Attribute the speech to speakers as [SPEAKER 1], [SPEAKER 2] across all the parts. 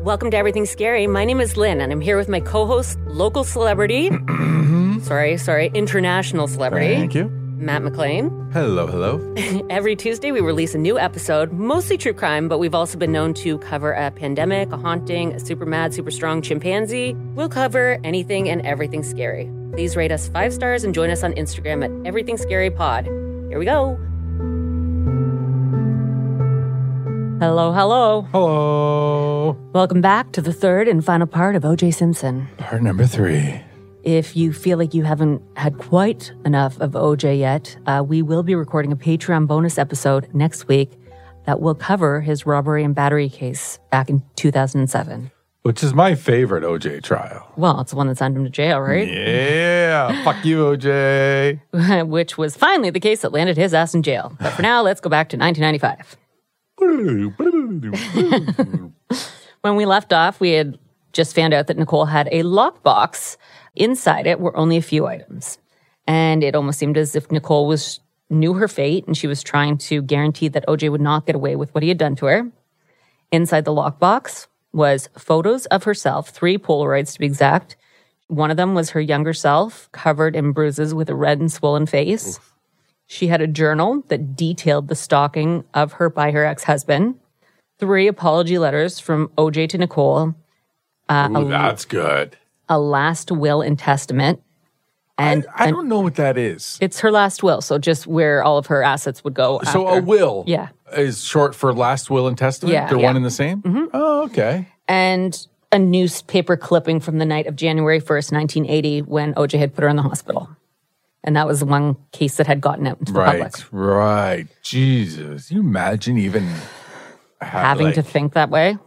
[SPEAKER 1] Welcome to Everything Scary. My name is Lynn, and I'm here with my co host, local celebrity, sorry, sorry, international celebrity,
[SPEAKER 2] Mm-hmm. Thank you.
[SPEAKER 1] Matt McLean.
[SPEAKER 2] Hello, hello.
[SPEAKER 1] Every Tuesday, we release a new episode, mostly true crime, but we've also been known to cover a pandemic, a haunting, a super mad, super strong chimpanzee. We'll cover anything and everything scary. Please rate us five stars and join us on Instagram at Everything Scary Pod. Here we go. Hello, hello.
[SPEAKER 2] Hello.
[SPEAKER 1] Welcome back to the third and final part of OJ Simpson.
[SPEAKER 2] Part number three.
[SPEAKER 1] If you feel like you haven't had quite enough of OJ yet, uh, we will be recording a Patreon bonus episode next week that will cover his robbery and battery case back in 2007.
[SPEAKER 2] Which is my favorite OJ trial.
[SPEAKER 1] Well, it's the one that sent him to jail, right?
[SPEAKER 2] Yeah. Fuck you, OJ.
[SPEAKER 1] Which was finally the case that landed his ass in jail. But for now, let's go back to 1995. When we left off, we had just found out that Nicole had a lockbox. Inside it were only a few items. And it almost seemed as if Nicole was knew her fate and she was trying to guarantee that OJ would not get away with what he had done to her. Inside the lockbox was photos of herself, three Polaroids to be exact. One of them was her younger self, covered in bruises with a red and swollen face. She had a journal that detailed the stalking of her by her ex husband three apology letters from OJ to Nicole,
[SPEAKER 2] Ooh, that's good.
[SPEAKER 1] a last will and testament,
[SPEAKER 2] I,
[SPEAKER 1] and
[SPEAKER 2] I
[SPEAKER 1] and
[SPEAKER 2] don't know what that is.
[SPEAKER 1] it's her last will, so just where all of her assets would go.
[SPEAKER 2] So uh, a
[SPEAKER 1] after.
[SPEAKER 2] will
[SPEAKER 1] Yeah.
[SPEAKER 2] is short for last will and testament.
[SPEAKER 1] Yeah,
[SPEAKER 2] They're
[SPEAKER 1] yeah. Mm-hmm.
[SPEAKER 2] one and the same? Oh, okay.
[SPEAKER 1] and a newspaper clipping from the night of January first, nineteen eighty, when OJ had put her in the hospital, and that was the one case that had gotten out into the
[SPEAKER 2] Right,
[SPEAKER 1] public.
[SPEAKER 2] right. Jesus. You imagine even
[SPEAKER 1] Having to
[SPEAKER 2] like-
[SPEAKER 1] think that way,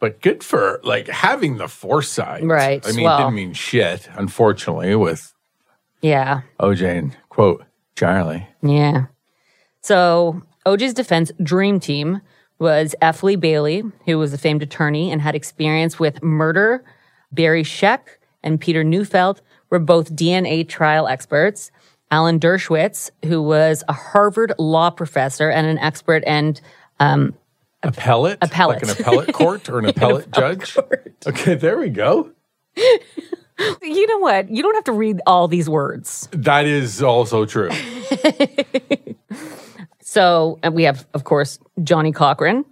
[SPEAKER 2] but good for like having the foresight.
[SPEAKER 1] Right,
[SPEAKER 2] I mean, it
[SPEAKER 1] well-
[SPEAKER 2] didn't mean shit, unfortunately, with
[SPEAKER 1] yeah.
[SPEAKER 2] OJ and quote Charlie.
[SPEAKER 1] Yeah. So OJ's defense dream team was F. Lee Bailey, who was a famed attorney and had experience with murder. Barry Sheck and Peter Neufeld were both DNA trial experts. Alan Dershowitz, who was a Harvard law professor and an expert, and
[SPEAKER 2] Appellate?
[SPEAKER 1] Appellate.
[SPEAKER 2] Like an appellate court or an appellate judge? Okay, there we go.
[SPEAKER 1] you know what? You don't have to read all these words.
[SPEAKER 2] That is also true.
[SPEAKER 1] So and we have, of course, Johnny Cochran,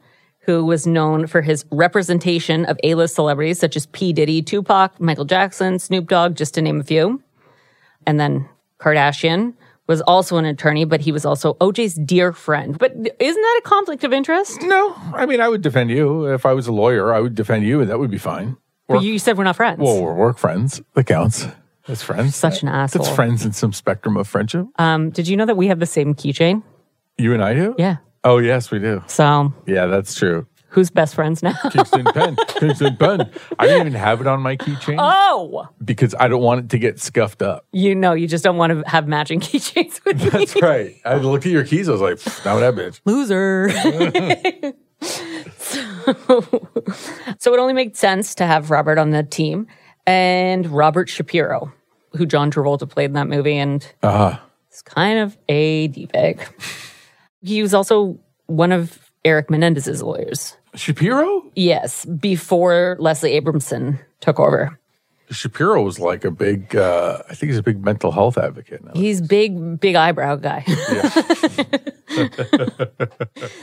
[SPEAKER 1] who was known for his representation of A-list celebrities such as P. Diddy, Tupac, Michael Jackson, Snoop Dogg, just to name a few. And then Kardashian was also an attorney, but he was also OJ's dear friend. But isn't that a conflict of interest?
[SPEAKER 2] No, I mean, I would defend you. If I was a lawyer, I would defend you, and that would be fine.
[SPEAKER 1] But you said we're not friends.
[SPEAKER 2] Well, we're work friends. That counts. That's friends.
[SPEAKER 1] Such an asshole.
[SPEAKER 2] That's friends in some spectrum of friendship.
[SPEAKER 1] Um, did you know that we have the same keychain?
[SPEAKER 2] you and I do?
[SPEAKER 1] Yeah.
[SPEAKER 2] Oh, yes, we do.
[SPEAKER 1] So
[SPEAKER 2] Yeah, that's true.
[SPEAKER 1] who's best friends now?
[SPEAKER 2] Kingston pen. Kingston pen. I didn't even have it on my keychain
[SPEAKER 1] oh,
[SPEAKER 2] because I don't want it to get scuffed up.
[SPEAKER 1] you know, you just don't want to have matching keychains with me.
[SPEAKER 2] That's right. I looked at your keys. I was like, "Pfft, not that bitch.
[SPEAKER 1] loser. so, so it only made sense to have Robert on the team and Robert Shapiro, who John Travolta played in that movie and
[SPEAKER 2] Uh,
[SPEAKER 1] is kind of a D-bag. He was also one of Eric Menendez's lawyers.
[SPEAKER 2] Shapiro?
[SPEAKER 1] Yes, before Leslie Abramson took over.
[SPEAKER 2] Shapiro was like a big, uh, I think he's a big mental health advocate. Now.
[SPEAKER 1] He's big, big eyebrow guy.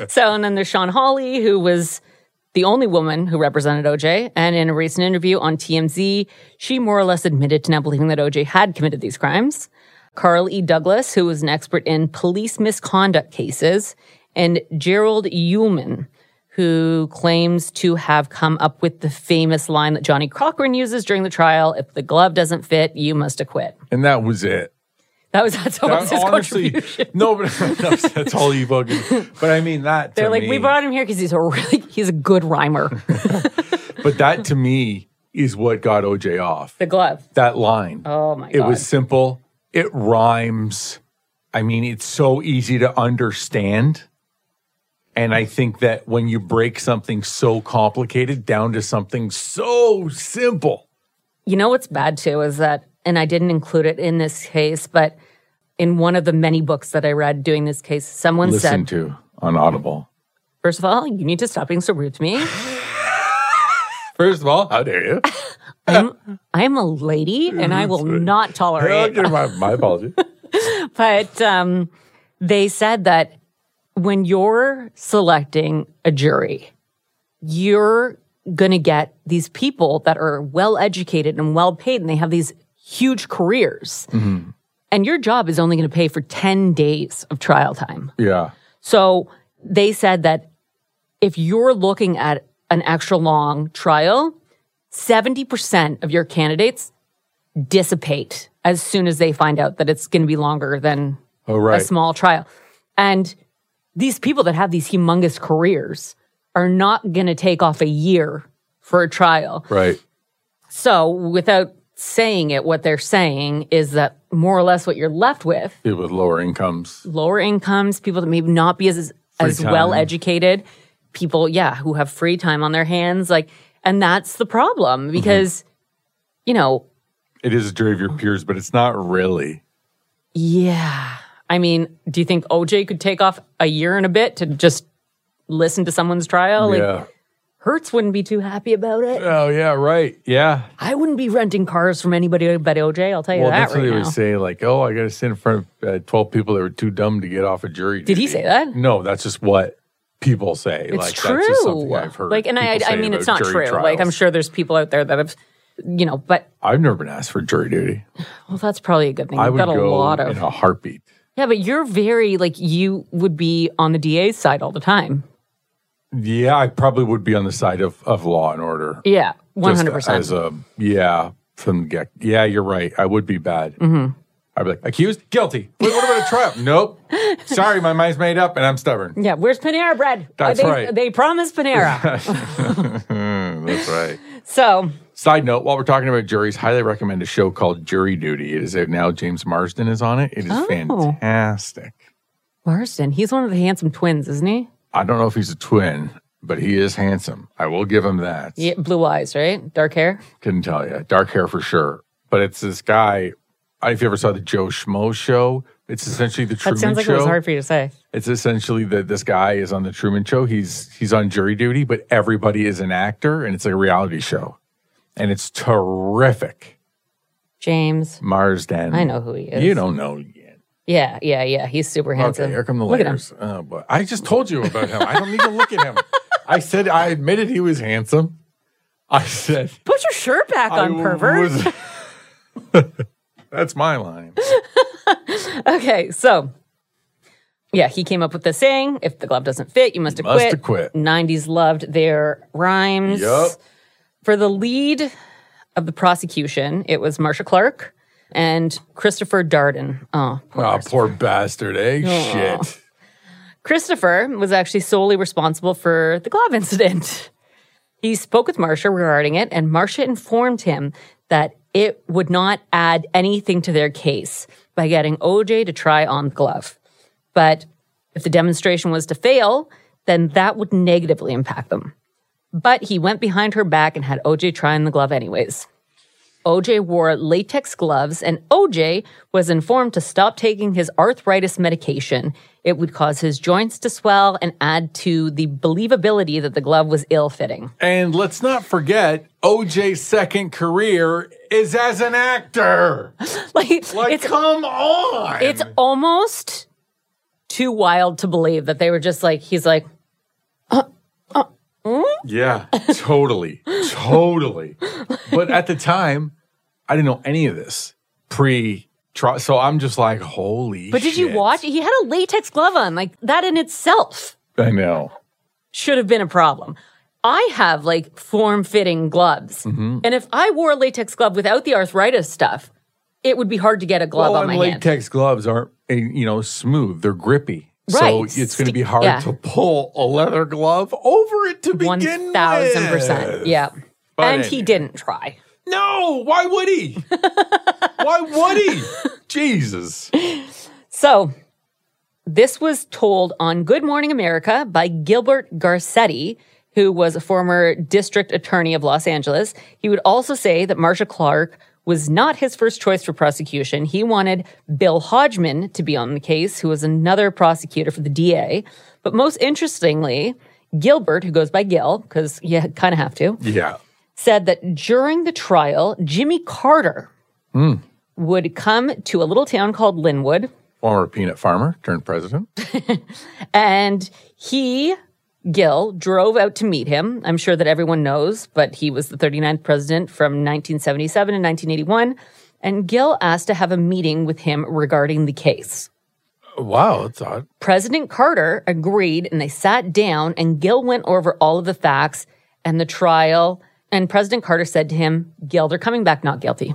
[SPEAKER 1] so, and then there's Sean Hawley, who was the only woman who represented OJ. And in a recent interview on TMZ, she more or less admitted to not believing that OJ had committed these crimes. Carl E. Douglas, who was an expert in police misconduct cases, and Gerald Ullman, who claims to have come up with the famous line that Johnny Cochran uses during the trial if the glove doesn't fit, you must acquit.
[SPEAKER 2] And that was it.
[SPEAKER 1] That was that's what was his contribution.
[SPEAKER 2] no, but that's all he fucking. But I mean that.
[SPEAKER 1] They're
[SPEAKER 2] to
[SPEAKER 1] like, we
[SPEAKER 2] me-
[SPEAKER 1] brought him here because he's a really he's a good rhymer.
[SPEAKER 2] But that to me is what got OJ off.
[SPEAKER 1] the glove.
[SPEAKER 2] That line.
[SPEAKER 1] Oh my
[SPEAKER 2] It
[SPEAKER 1] god.
[SPEAKER 2] was simple. It rhymes. I mean, it's so easy to understand. And I think that when you break something so complicated down to something so simple,
[SPEAKER 1] you know what's bad too is that, and I didn't include it in this case, but in one of the many books that I read doing this case, someone said,
[SPEAKER 2] listen to on Audible.
[SPEAKER 1] first of all, you need to stop being so rude to me.
[SPEAKER 2] First of all, how dare you?
[SPEAKER 1] I'm, I'm a lady and I will not tolerate
[SPEAKER 2] Okay, my, my apology.
[SPEAKER 1] but um, they said that when you're selecting a jury, you're going to get these people that are well educated and well paid, and they have these huge careers. And your job is only going to pay for 10 days of trial time.
[SPEAKER 2] Yeah.
[SPEAKER 1] So they said that if you're looking at an extra long trial, 70% of your candidates dissipate as soon as they find out that it's going to be longer than
[SPEAKER 2] Oh,
[SPEAKER 1] a
[SPEAKER 2] right.
[SPEAKER 1] small trial. And these people that have these humongous careers are not going to take off a year for a trial.
[SPEAKER 2] right.
[SPEAKER 1] So, without saying it, what they're saying is that more or less what you're left with
[SPEAKER 2] People with lower incomes.
[SPEAKER 1] lower incomes, people that may not be as as
[SPEAKER 2] time.
[SPEAKER 1] well educated, people, yeah, who have free time on their hands, like, and that's the
[SPEAKER 2] Mm-hmm.
[SPEAKER 1] problem because, you know,
[SPEAKER 2] It is a jury of your peers, but it's not really.
[SPEAKER 1] yeah, I mean, do you think OJ could take off a year and a bit to just listen to someone's trial? Like,
[SPEAKER 2] yeah.
[SPEAKER 1] Hertz wouldn't be too happy about it.
[SPEAKER 2] Oh, yeah, right. Yeah.
[SPEAKER 1] I wouldn't be renting cars from anybody but OJ. I'll tell you
[SPEAKER 2] Well,
[SPEAKER 1] that
[SPEAKER 2] that's
[SPEAKER 1] right
[SPEAKER 2] what they
[SPEAKER 1] now.
[SPEAKER 2] would say. Like, oh, I got to sit in front of uh, 12 people that were too dumb to get off a jury.
[SPEAKER 1] Did he say that?
[SPEAKER 2] No, that's just what people say.
[SPEAKER 1] It's
[SPEAKER 2] like,
[SPEAKER 1] true.
[SPEAKER 2] That's just something I've heard.
[SPEAKER 1] like, and I,
[SPEAKER 2] people
[SPEAKER 1] I
[SPEAKER 2] say
[SPEAKER 1] mean, it's
[SPEAKER 2] about
[SPEAKER 1] not true.
[SPEAKER 2] jury
[SPEAKER 1] Like, I'm
[SPEAKER 2] trials.
[SPEAKER 1] sure there's people out there that have, you know, but
[SPEAKER 2] I've never been asked for jury duty.
[SPEAKER 1] well, that's probably a good thing.
[SPEAKER 2] I
[SPEAKER 1] You've
[SPEAKER 2] would
[SPEAKER 1] got a
[SPEAKER 2] go
[SPEAKER 1] lot of
[SPEAKER 2] in a heartbeat.
[SPEAKER 1] Yeah, but you're very like you would be on the DA's side all the time.
[SPEAKER 2] Yeah, I probably would be on the side of, of law and order.
[SPEAKER 1] Yeah, one
[SPEAKER 2] Just
[SPEAKER 1] hundred percent.
[SPEAKER 2] As a yeah, from the get. Yeah, you're right. I would be bad.
[SPEAKER 1] Mm-hmm.
[SPEAKER 2] I'd be like accused, guilty. Wait, what about a trial? nope. Sorry, my mind's made up, and I'm stubborn.
[SPEAKER 1] Yeah, where's Panera bread?
[SPEAKER 2] That's
[SPEAKER 1] they,
[SPEAKER 2] right.
[SPEAKER 1] They promised Panera.
[SPEAKER 2] That's right.
[SPEAKER 1] so
[SPEAKER 2] Side note: While we're talking about juries, highly recommend a show called Jury Duty. It is out now. James Marsden is on it. It
[SPEAKER 1] Oh.
[SPEAKER 2] is fantastic.
[SPEAKER 1] Marston, he's one of the handsome twins, isn't he?
[SPEAKER 2] I don't know if he's a twin, but he is handsome. I will give him that.
[SPEAKER 1] Yeah, blue eyes, right? Dark hair.
[SPEAKER 2] Couldn't tell you. Dark hair for sure. But it's this guy. I don't know if you ever saw the Joe Schmo show. It's essentially the Truman
[SPEAKER 1] That sounds like
[SPEAKER 2] Show.
[SPEAKER 1] it was hard for you to say.
[SPEAKER 2] It's essentially that this guy is on the Truman Show. He's he's on jury duty, but everybody is an actor, and it's like a reality show, and it's terrific.
[SPEAKER 1] James,
[SPEAKER 2] Marsden.
[SPEAKER 1] I know who he is.
[SPEAKER 2] You don't know yet.
[SPEAKER 1] Yeah, yeah, yeah. He's super handsome.
[SPEAKER 2] Okay, here come the
[SPEAKER 1] Look at him.
[SPEAKER 2] layers. Oh, boy. I just told you about him. I don't need to look at him. I said I admitted he was handsome. I said
[SPEAKER 1] Put your shirt back
[SPEAKER 2] I
[SPEAKER 1] on, pervert.
[SPEAKER 2] was- That's my line.
[SPEAKER 1] Okay, so yeah, he came up with the saying: "If the glove doesn't fit, you must have
[SPEAKER 2] Must
[SPEAKER 1] quit."
[SPEAKER 2] have quit.
[SPEAKER 1] Nineties loved their rhymes.
[SPEAKER 2] Yup.
[SPEAKER 1] For the lead of the prosecution, it was Marsha Clark and Christopher Darden. Oh, poor
[SPEAKER 2] Oh,
[SPEAKER 1] Chris-
[SPEAKER 2] poor bastard, eh? Shit.
[SPEAKER 1] Christopher was actually solely responsible for the glove incident. He spoke with Marsha regarding it, and Marsha informed him that it would not add anything to their case by getting OJ to try on the glove. But if the demonstration was to fail, then that would negatively impact them. But he went behind her back and had OJ try on the glove anyways. OJ wore latex gloves, and OJ was informed to stop taking his arthritis medication. It would cause his joints to swell and add to the believability that the glove was ill fitting.
[SPEAKER 2] And let's not forget, OJ's second career is as an actor.
[SPEAKER 1] Like,
[SPEAKER 2] Like,
[SPEAKER 1] it's,
[SPEAKER 2] come on.
[SPEAKER 1] it's almost too wild to believe that they were just like, he's like,
[SPEAKER 2] yeah, totally. totally. But at the time, I didn't know any of this pre trial. So I'm just like, holy
[SPEAKER 1] but did you
[SPEAKER 2] shit.
[SPEAKER 1] watch? He had a latex glove on. Like, that in itself
[SPEAKER 2] I know.
[SPEAKER 1] should have been a problem. I have like form fitting gloves.
[SPEAKER 2] Mm-hmm.
[SPEAKER 1] And if I wore a latex glove without the arthritis stuff, it would be hard to get a glove
[SPEAKER 2] Well,
[SPEAKER 1] on my
[SPEAKER 2] and
[SPEAKER 1] hand.
[SPEAKER 2] latex gloves aren't, eh, you know, smooth. They're grippy. So
[SPEAKER 1] Right.
[SPEAKER 2] it's going to be
[SPEAKER 1] Sti-
[SPEAKER 2] hard
[SPEAKER 1] yeah.
[SPEAKER 2] to pull a leather glove over it to begin
[SPEAKER 1] One thousand percent.
[SPEAKER 2] with.
[SPEAKER 1] Yeah.
[SPEAKER 2] But
[SPEAKER 1] and
[SPEAKER 2] anyway.
[SPEAKER 1] he didn't try.
[SPEAKER 2] No, why would he? why would he? Jesus.
[SPEAKER 1] So this was told on Good Morning America by Gilbert Garcetti, who was a former district attorney of Los Angeles. He would also say that Marsha Clark was not his first choice for prosecution. He wanted Bill Hodgman to be on the case, who was another prosecutor for the DA. But most interestingly, Gilbert, who goes by Gil, because you kind of have to,
[SPEAKER 2] Yeah.
[SPEAKER 1] said that during the trial, Jimmy Carter would come to a little town called Linwood,
[SPEAKER 2] Former peanut farmer turned president.
[SPEAKER 1] and he, Gill, drove out to meet him. I'm sure that everyone knows, but he was the 39th president from 1977 to 1981. And Gill asked to have a meeting with him regarding the case.
[SPEAKER 2] Wow, that's odd.
[SPEAKER 1] President Carter agreed and they sat down and Gill went over all of the facts and the trial. And President Carter said to him, Gill, they're coming back not guilty.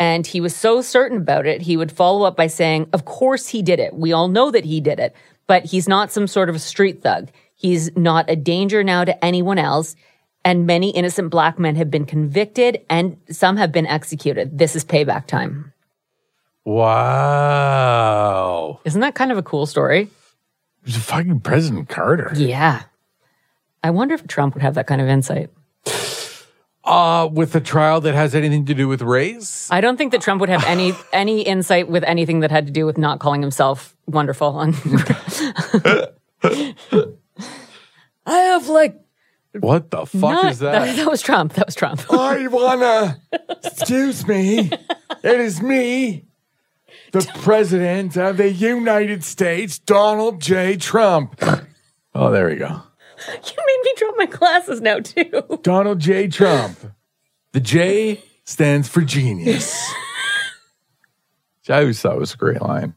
[SPEAKER 1] And he was so certain about it, he would follow up by saying, Of course he did it. We all know that he did it, but he's not some sort of a street thug. He's not a danger now to anyone else. And many innocent black men have been convicted and some have been executed. This is payback time.
[SPEAKER 2] Wow.
[SPEAKER 1] Isn't that kind of a cool story?
[SPEAKER 2] It's fucking President Carter.
[SPEAKER 1] Yeah. I wonder if Trump would have that kind of insight.
[SPEAKER 2] Uh, with a trial that has anything to do with race?
[SPEAKER 1] I don't think that Trump would have any any insight with anything that had to do with not calling himself wonderful on I have like
[SPEAKER 2] What the fuck
[SPEAKER 1] not-
[SPEAKER 2] is that?
[SPEAKER 1] that was Trump. That was Trump.
[SPEAKER 2] I wanna. Excuse me. It is me, the President of the United States, Donald J. Trump. Oh, there we go.
[SPEAKER 1] you made me drop my glasses now too.
[SPEAKER 2] Donald J. Trump. The J stands for genius. Which I always thought was a great line.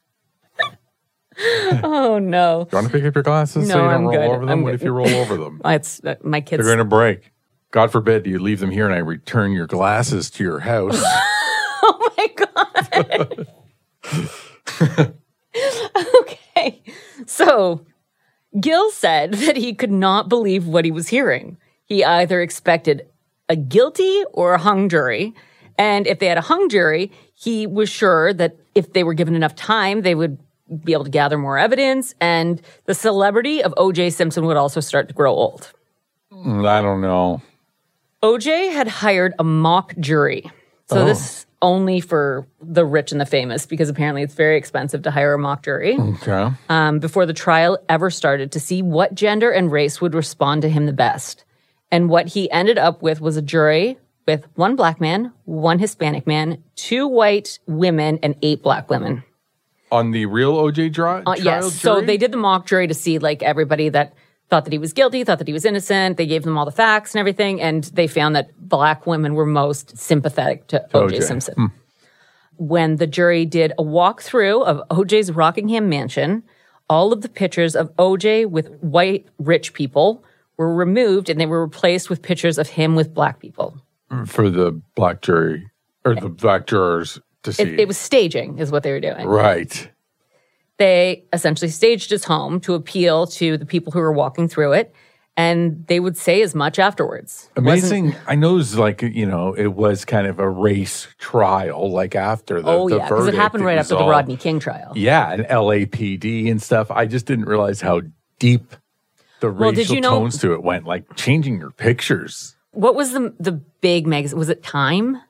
[SPEAKER 1] Oh no.
[SPEAKER 2] Do you want to pick up your glasses so
[SPEAKER 1] No,
[SPEAKER 2] you don't
[SPEAKER 1] I'm
[SPEAKER 2] roll
[SPEAKER 1] good.
[SPEAKER 2] over them?
[SPEAKER 1] I'm
[SPEAKER 2] what
[SPEAKER 1] good.
[SPEAKER 2] if you roll over them?
[SPEAKER 1] It's uh, my kids.
[SPEAKER 2] They're going to break. God forbid you leave them here and I return your glasses to your house.
[SPEAKER 1] Oh my god. okay. So Gill said that he could not believe what he was hearing. He either expected a guilty or a hung jury. And if they had a hung jury, he was sure that if they were given enough time, they would be able to gather more evidence. And the celebrity of OJ Simpson would also start to grow old.
[SPEAKER 2] I don't know.
[SPEAKER 1] OJ had hired a mock jury. So this is only for the rich and the famous because apparently it's very expensive to hire a mock jury
[SPEAKER 2] Okay.
[SPEAKER 1] um, before the trial ever started to see what gender and race would respond to him the best. And what he ended up with was a jury with one black man, one Hispanic man, two white women, and eight black women.
[SPEAKER 2] On the real OJ dri-
[SPEAKER 1] Uh,
[SPEAKER 2] trial?
[SPEAKER 1] yes. So
[SPEAKER 2] jury?
[SPEAKER 1] they did the mock jury to see like everybody that thought that he was guilty, thought that he was innocent. They gave them all the facts and everything, and they found that black women were most sympathetic to O.J.
[SPEAKER 2] O.J.,
[SPEAKER 1] Simpson. When the jury did a walkthrough of O.J.'s Rockingham mansion, all of the pictures of O.J. with white rich people were removed, and they were replaced with pictures of him with black people.
[SPEAKER 2] for the black jury or the black jurors to see.
[SPEAKER 1] It, it was staging, is what they were doing.
[SPEAKER 2] right.
[SPEAKER 1] they essentially staged his home to appeal to the people who were walking through it, and they would say as much afterwards. It wasn't-
[SPEAKER 2] Amazing. I know it was like, you know, it was kind of a race trial, like after the,
[SPEAKER 1] Oh
[SPEAKER 2] the
[SPEAKER 1] yeah, because it
[SPEAKER 2] verdict,
[SPEAKER 1] happened right
[SPEAKER 2] was
[SPEAKER 1] after the
[SPEAKER 2] all-
[SPEAKER 1] Rodney King trial.
[SPEAKER 2] Yeah, and LAPD and stuff. I just didn't realize how deep the
[SPEAKER 1] did
[SPEAKER 2] racial
[SPEAKER 1] you know-
[SPEAKER 2] tones to it went, like changing your pictures.
[SPEAKER 1] What was the the big magazine? Was it Time?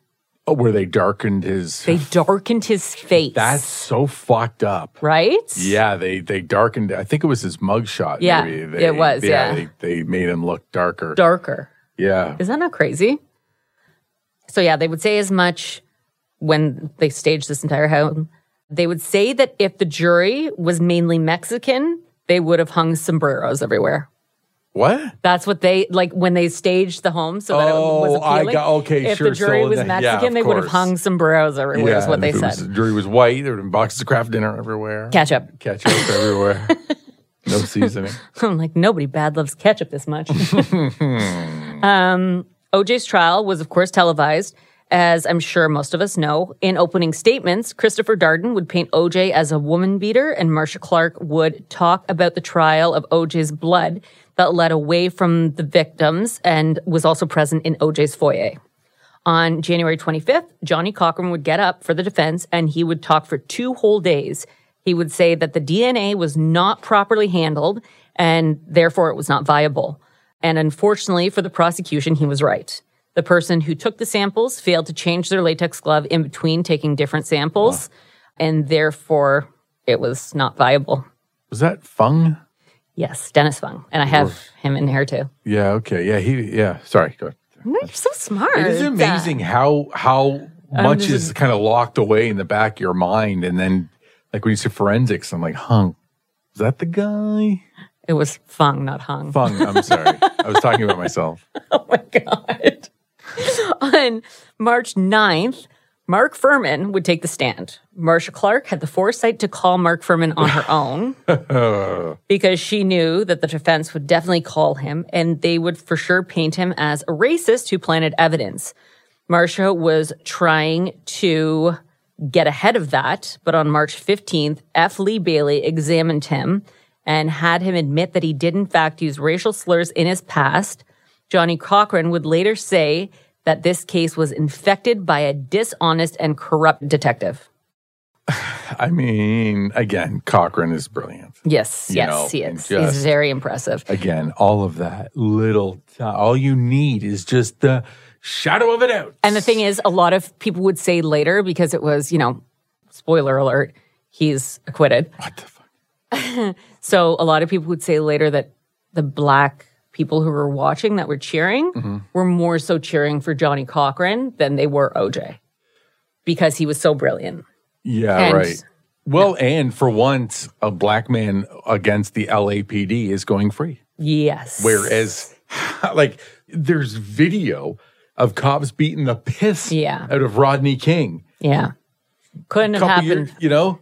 [SPEAKER 2] Oh, where they darkened his.
[SPEAKER 1] They darkened his face.
[SPEAKER 2] that's so fucked up.
[SPEAKER 1] right.
[SPEAKER 2] Yeah, they they darkened. I think it was his mugshot.
[SPEAKER 1] Yeah,
[SPEAKER 2] maybe.
[SPEAKER 1] it
[SPEAKER 2] They-
[SPEAKER 1] was, yeah.
[SPEAKER 2] they, they made him look darker.
[SPEAKER 1] darker.
[SPEAKER 2] yeah,
[SPEAKER 1] Is that not crazy? So yeah, they would say as much when they staged this entire home. They would say that if the jury was mainly Mexican, they would have hung sombreros everywhere.
[SPEAKER 2] what?
[SPEAKER 1] That's what they like when they staged the home, so that it was
[SPEAKER 2] Oh, I
[SPEAKER 1] appealing.
[SPEAKER 2] got- okay,
[SPEAKER 1] if
[SPEAKER 2] sure,
[SPEAKER 1] the jury
[SPEAKER 2] so
[SPEAKER 1] was
[SPEAKER 2] the- yeah,
[SPEAKER 1] Mexican,
[SPEAKER 2] of
[SPEAKER 1] they would have
[SPEAKER 2] course.
[SPEAKER 1] hung sombreros everywhere. is what
[SPEAKER 2] and
[SPEAKER 1] they
[SPEAKER 2] if it was-
[SPEAKER 1] said.
[SPEAKER 2] the jury was white. There were boxes of craft dinner everywhere.
[SPEAKER 1] Ketchup.
[SPEAKER 2] ketchup everywhere. No seasoning.
[SPEAKER 1] I'm like nobody bad loves ketchup this much. um, OJ's trial was, of course, televised, as I'm sure most of us know. In opening statements, Christopher Darden would paint OJ as a woman beater, and Marcia Clark would talk about the trial of OJ's blood that led away from the victims and was also present in OJ's foyer. On January 25th, Johnny Cochran would get up for the defense and he would talk for two whole days. He would say that the DNA was not properly handled and therefore it was not viable. And unfortunately for the prosecution, he was right. The person who took the samples failed to change their latex glove in between taking different samples, and therefore it was not viable.
[SPEAKER 2] Was that Fung?
[SPEAKER 1] Yes, Dennis Fung. And I have him in here too.
[SPEAKER 2] Yeah. Okay. Yeah. He. Yeah. Sorry. Go ahead.
[SPEAKER 1] You're so smart.
[SPEAKER 2] It is amazing how how
[SPEAKER 1] Um,
[SPEAKER 2] much is kind of locked away in the back of your mind, and then like when you see forensics, I'm like, hung. Is that the guy?
[SPEAKER 1] It was Fung, not Hung.
[SPEAKER 2] Fung. I'm sorry. I was talking about myself.
[SPEAKER 1] Oh my God. On March 9th, Mark Furman would take the stand. Marcia Clark had the foresight to call Mark Furman on her own because she knew that the defense would definitely call him and they would for sure paint him as a racist who planted evidence. Marcia was trying to get ahead of that, but on March 15th, F. Lee Bailey examined him and had him admit that he did, in fact, use racial slurs in his past. Johnny Cochran would later say that this case was infected by a dishonest and corrupt detective.
[SPEAKER 2] I mean, again, Cochrane is brilliant.
[SPEAKER 1] Yes,
[SPEAKER 2] You
[SPEAKER 1] yes,
[SPEAKER 2] know,
[SPEAKER 1] he
[SPEAKER 2] and
[SPEAKER 1] is.
[SPEAKER 2] just-
[SPEAKER 1] He's very impressive.
[SPEAKER 2] Again, all of that little, t- all you need is just the shadow of a doubt.
[SPEAKER 1] And the thing is, a lot of people would say later because it was, you know, spoiler alert, he's acquitted.
[SPEAKER 2] what the fuck?
[SPEAKER 1] So a lot of people would say later that the black people who were watching that were cheering
[SPEAKER 2] Mm-hmm.
[SPEAKER 1] were more so cheering for Johnny Cochran than they were OJ because he was so brilliant.
[SPEAKER 2] Yeah,
[SPEAKER 1] And-
[SPEAKER 2] right. Well, and for once, a black man against the LAPD is going free.
[SPEAKER 1] Yes.
[SPEAKER 2] Whereas, like, there's video of cops beating the piss
[SPEAKER 1] Yeah.
[SPEAKER 2] out of Rodney King.
[SPEAKER 1] Yeah. Couldn't have
[SPEAKER 2] Couple
[SPEAKER 1] happened.
[SPEAKER 2] years, you know,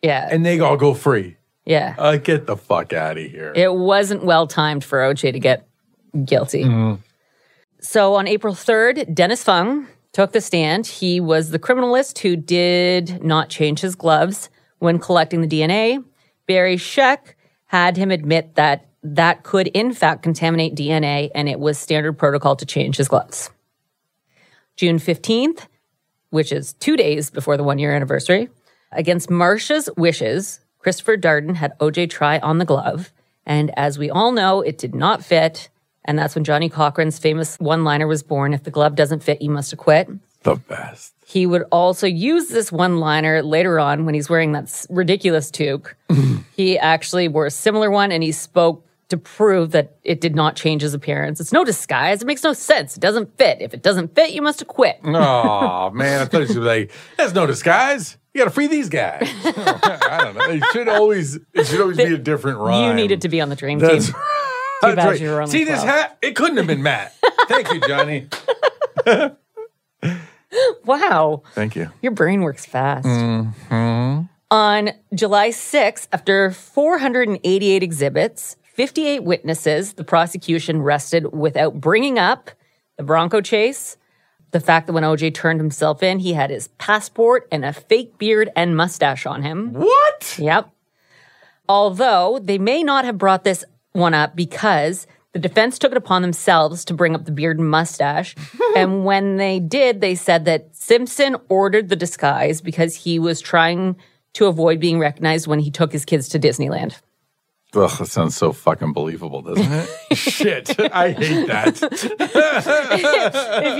[SPEAKER 1] yeah.
[SPEAKER 2] and they all go free.
[SPEAKER 1] yeah.
[SPEAKER 2] Uh, get the fuck out of here.
[SPEAKER 1] It wasn't well timed for OJ to get guilty. So on April 3rd, Dennis Fung took the stand. He was the criminalist who did not change his gloves when collecting the DNA. Barry Sheck had him admit that that could, in fact, contaminate DNA, and it was standard protocol to change his gloves. June 15th, which is two days before the one year anniversary. Against Marcia's wishes, Christopher Darden had OJ try on the glove. And as we all know, it did not fit. And that's when Johnny Cochran's famous one liner was born if the glove doesn't fit, you must acquit.
[SPEAKER 2] the best.
[SPEAKER 1] He would also use this one liner later on when he's wearing that s- ridiculous toque. he actually wore a similar one and he spoke to prove that it did not change his appearance. It's no disguise. It makes no sense. It doesn't fit. If it doesn't fit, you must acquit.
[SPEAKER 2] Oh man, I thought you were like, that's no disguise. You gotta free these guys. I don't know. It should always it should always be a different rhyme.
[SPEAKER 1] You needed to be on the dream
[SPEAKER 2] That's,
[SPEAKER 1] team.
[SPEAKER 2] that's
[SPEAKER 1] bad
[SPEAKER 2] right.
[SPEAKER 1] you were only
[SPEAKER 2] See this
[SPEAKER 1] 12.
[SPEAKER 2] hat? It couldn't have been Matt. Thank you, Johnny.
[SPEAKER 1] Wow.
[SPEAKER 2] Thank you.
[SPEAKER 1] Your brain works fast. On July 6th, after 488 exhibits, 58 witnesses, the prosecution rested without bringing up the Bronco chase, the fact that when OJ turned himself in, he had his passport and a fake beard and mustache on him.
[SPEAKER 2] What?
[SPEAKER 1] Yep. Although they may not have brought this one up because the defense took it upon themselves to bring up the beard and mustache. and when they did, they said that Simpson ordered the disguise because he was trying to avoid being recognized when he took his kids to Disneyland.
[SPEAKER 2] Ugh, that sounds so fucking believable, doesn't it? Shit. I hate that.
[SPEAKER 1] If you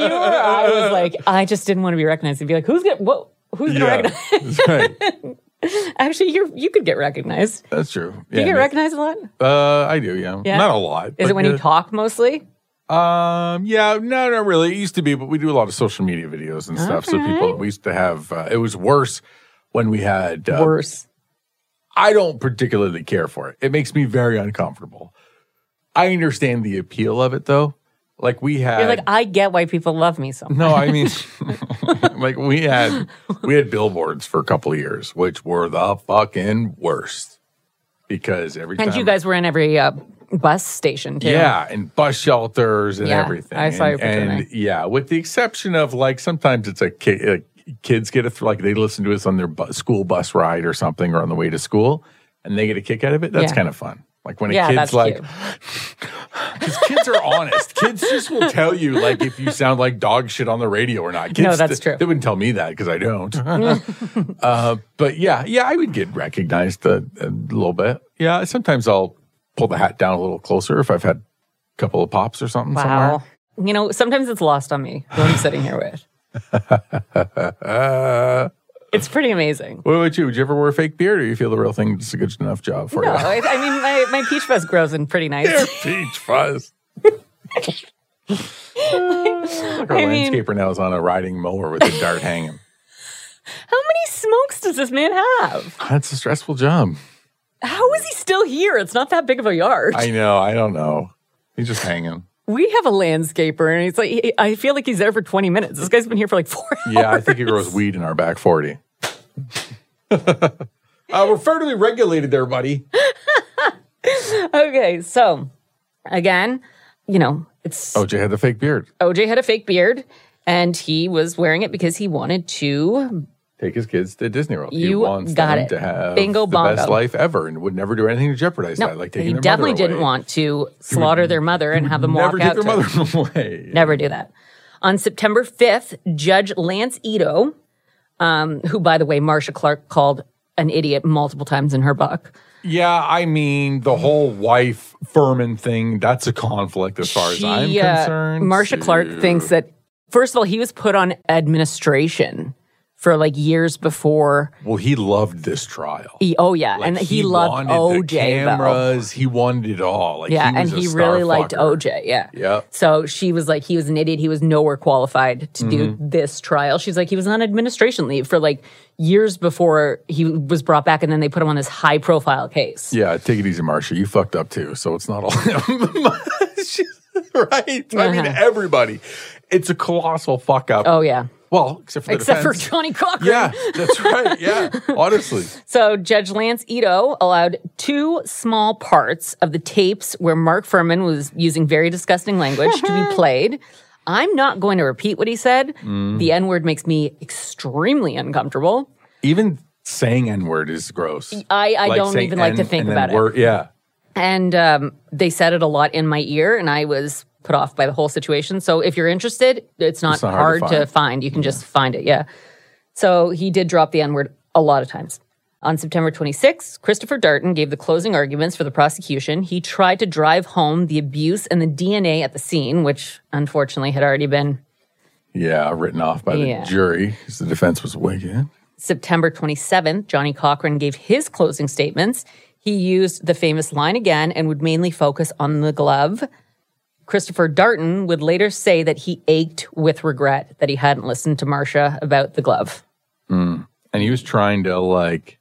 [SPEAKER 1] or I was like, I just didn't want to be recognized, I'd be like, who's gonna what who's gonna
[SPEAKER 2] Yeah.
[SPEAKER 1] recognize
[SPEAKER 2] That's right.
[SPEAKER 1] actually you you could get recognized.
[SPEAKER 2] That's true.
[SPEAKER 1] You
[SPEAKER 2] Yeah,
[SPEAKER 1] get
[SPEAKER 2] no-
[SPEAKER 1] recognized a lot?
[SPEAKER 2] uh I do, yeah.
[SPEAKER 1] Yeah?
[SPEAKER 2] Not a lot.
[SPEAKER 1] Is it when
[SPEAKER 2] uh,
[SPEAKER 1] you talk mostly?
[SPEAKER 2] Um. Yeah. No. Not really. It used to be, but we do a lot of social media videos and stuff. So people, we used to have. Uh, it was worse when we had. Uh,
[SPEAKER 1] Worse.
[SPEAKER 2] I don't particularly care for it. It makes me very uncomfortable. I understand the appeal of it, though. Like we had.
[SPEAKER 1] You're like, I get why people love me so much.
[SPEAKER 2] no, I mean, like we had we had billboards for a couple of years, which were the fucking worst because every
[SPEAKER 1] And
[SPEAKER 2] time
[SPEAKER 1] you guys were in every uh, bus station too.
[SPEAKER 2] Um, Yeah, and bus shelters and
[SPEAKER 1] Yeah,
[SPEAKER 2] everything.
[SPEAKER 1] I saw your
[SPEAKER 2] and,
[SPEAKER 1] picture in
[SPEAKER 2] and, yeah, with the exception of like sometimes it's a kid, like, kids get a th- like they listen to us on their bu- school bus ride or something or on the way to school, and they get a kick out of it. That's
[SPEAKER 1] Yeah.
[SPEAKER 2] kind of fun. Like when a
[SPEAKER 1] Yeah,
[SPEAKER 2] kid's
[SPEAKER 1] that's
[SPEAKER 2] like,
[SPEAKER 1] cute.
[SPEAKER 2] because kids are honest. Kids just will tell you like if you sound like dog shit on the radio or not. Kids,
[SPEAKER 1] that's true.
[SPEAKER 2] They wouldn't tell me that because I don't. uh, but yeah, yeah, I would get recognized a, a little bit. Yeah, sometimes I'll pull the hat down a little closer if I've had a couple of pops or something
[SPEAKER 1] Wow.
[SPEAKER 2] somewhere.
[SPEAKER 1] You know, sometimes it's lost on me who I'm sitting here with. it's pretty amazing.
[SPEAKER 2] What about you? Would you ever wear a fake beard, or you feel the real thing is a good enough job for
[SPEAKER 1] No,
[SPEAKER 2] you?
[SPEAKER 1] I, I mean, my, my peach fuzz grows in pretty nice.
[SPEAKER 2] Peach fuzz. Like our
[SPEAKER 1] I mean-
[SPEAKER 2] landscaper now is on a riding mower with a dart hanging.
[SPEAKER 1] How many smokes does this man have?
[SPEAKER 2] That's a stressful job.
[SPEAKER 1] How is he still here? It's not that big of a yard.
[SPEAKER 2] I know. I don't know. He's just hanging.
[SPEAKER 1] we have a landscaper, and it's like he- I feel like he's there for twenty minutes. This guy's been here for like four.
[SPEAKER 2] Yeah, I think he grows weed in our back 40. uh, we're fairly regulated there, buddy.
[SPEAKER 1] Okay, so again, you know, it's
[SPEAKER 2] OJ had the fake beard.
[SPEAKER 1] OJ had a fake beard, and he was wearing it because he wanted to.
[SPEAKER 2] Take his kids to Disney World. he
[SPEAKER 1] You
[SPEAKER 2] wants
[SPEAKER 1] got
[SPEAKER 2] them
[SPEAKER 1] it.
[SPEAKER 2] to have
[SPEAKER 1] Bingo
[SPEAKER 2] the
[SPEAKER 1] bongo.
[SPEAKER 2] best life ever and would never do anything to jeopardize that. Like taking
[SPEAKER 1] he
[SPEAKER 2] their
[SPEAKER 1] definitely
[SPEAKER 2] mother away.
[SPEAKER 1] didn't want to slaughter their mother and have them
[SPEAKER 2] never
[SPEAKER 1] walk out.
[SPEAKER 2] take their
[SPEAKER 1] to-
[SPEAKER 2] mother away.
[SPEAKER 1] Never do that. On September 5th, Judge Lance Ito, um, who, by the way, Marsha Clark called an idiot multiple times in her book.
[SPEAKER 2] Yeah, I mean the whole wife Furman thing. That's a conflict as far as I'm
[SPEAKER 1] She, uh,
[SPEAKER 2] concerned.
[SPEAKER 1] Marsha Clark thinks that, first of all, he was put on administration for like years before.
[SPEAKER 2] Well, he loved this trial.
[SPEAKER 1] He, oh, yeah. and he, loved
[SPEAKER 2] wanted
[SPEAKER 1] OJ,
[SPEAKER 2] the
[SPEAKER 1] though.
[SPEAKER 2] cameras. He wanted it all. Like,
[SPEAKER 1] Yeah,
[SPEAKER 2] he
[SPEAKER 1] and
[SPEAKER 2] was a
[SPEAKER 1] he
[SPEAKER 2] star
[SPEAKER 1] really liked
[SPEAKER 2] fucker.
[SPEAKER 1] OJ. Yeah.
[SPEAKER 2] Yep.
[SPEAKER 1] So she was like, he was an idiot. He was nowhere qualified to do
[SPEAKER 2] Mm-hmm.
[SPEAKER 1] this trial. She's like, he was on administration leave for like years before he was brought back, and then they put him on this high profile case.
[SPEAKER 2] Yeah, take it easy, Marsha. You fucked up too, so it's not all him. She's- right? I mean,
[SPEAKER 1] Uh-huh.
[SPEAKER 2] everybody. It's a colossal fuck up.
[SPEAKER 1] Oh, yeah.
[SPEAKER 2] well, except for the
[SPEAKER 1] Except for
[SPEAKER 2] defense.
[SPEAKER 1] Johnny Cochran.
[SPEAKER 2] yeah, that's right. Yeah, honestly.
[SPEAKER 1] So Judge Lance Ito allowed two small parts of the tapes where Mark Furman was using very disgusting language to be played. I'm not going to repeat what he said.
[SPEAKER 2] Mm.
[SPEAKER 1] The N word makes me extremely uncomfortable.
[SPEAKER 2] Even saying N word is gross.
[SPEAKER 1] uh, I, I don't
[SPEAKER 2] saying
[SPEAKER 1] even like to
[SPEAKER 2] N
[SPEAKER 1] think
[SPEAKER 2] and then
[SPEAKER 1] about it.
[SPEAKER 2] word- Yeah.
[SPEAKER 1] And um, they said it a lot in my ear, and I was put off by the whole situation. So if you're interested, it's not,
[SPEAKER 2] It's not
[SPEAKER 1] hard,
[SPEAKER 2] hard to
[SPEAKER 1] to, find. You can just find it. Yeah. So he did drop the N word a lot of times. On September 26th, Christopher Darton gave the closing arguments for the prosecution. He tried to drive home the abuse and the DNA at the scene, which unfortunately had already been
[SPEAKER 2] Yeah, written off by the
[SPEAKER 1] Yeah.
[SPEAKER 2] jury because the defense was wicked.
[SPEAKER 1] September 27th, Johnny Cochran gave his closing statements. He used the famous line again and would mainly focus on the glove. Christopher Darton would later say that he ached with regret that he hadn't listened to Marcia about the glove.
[SPEAKER 2] And he was trying to like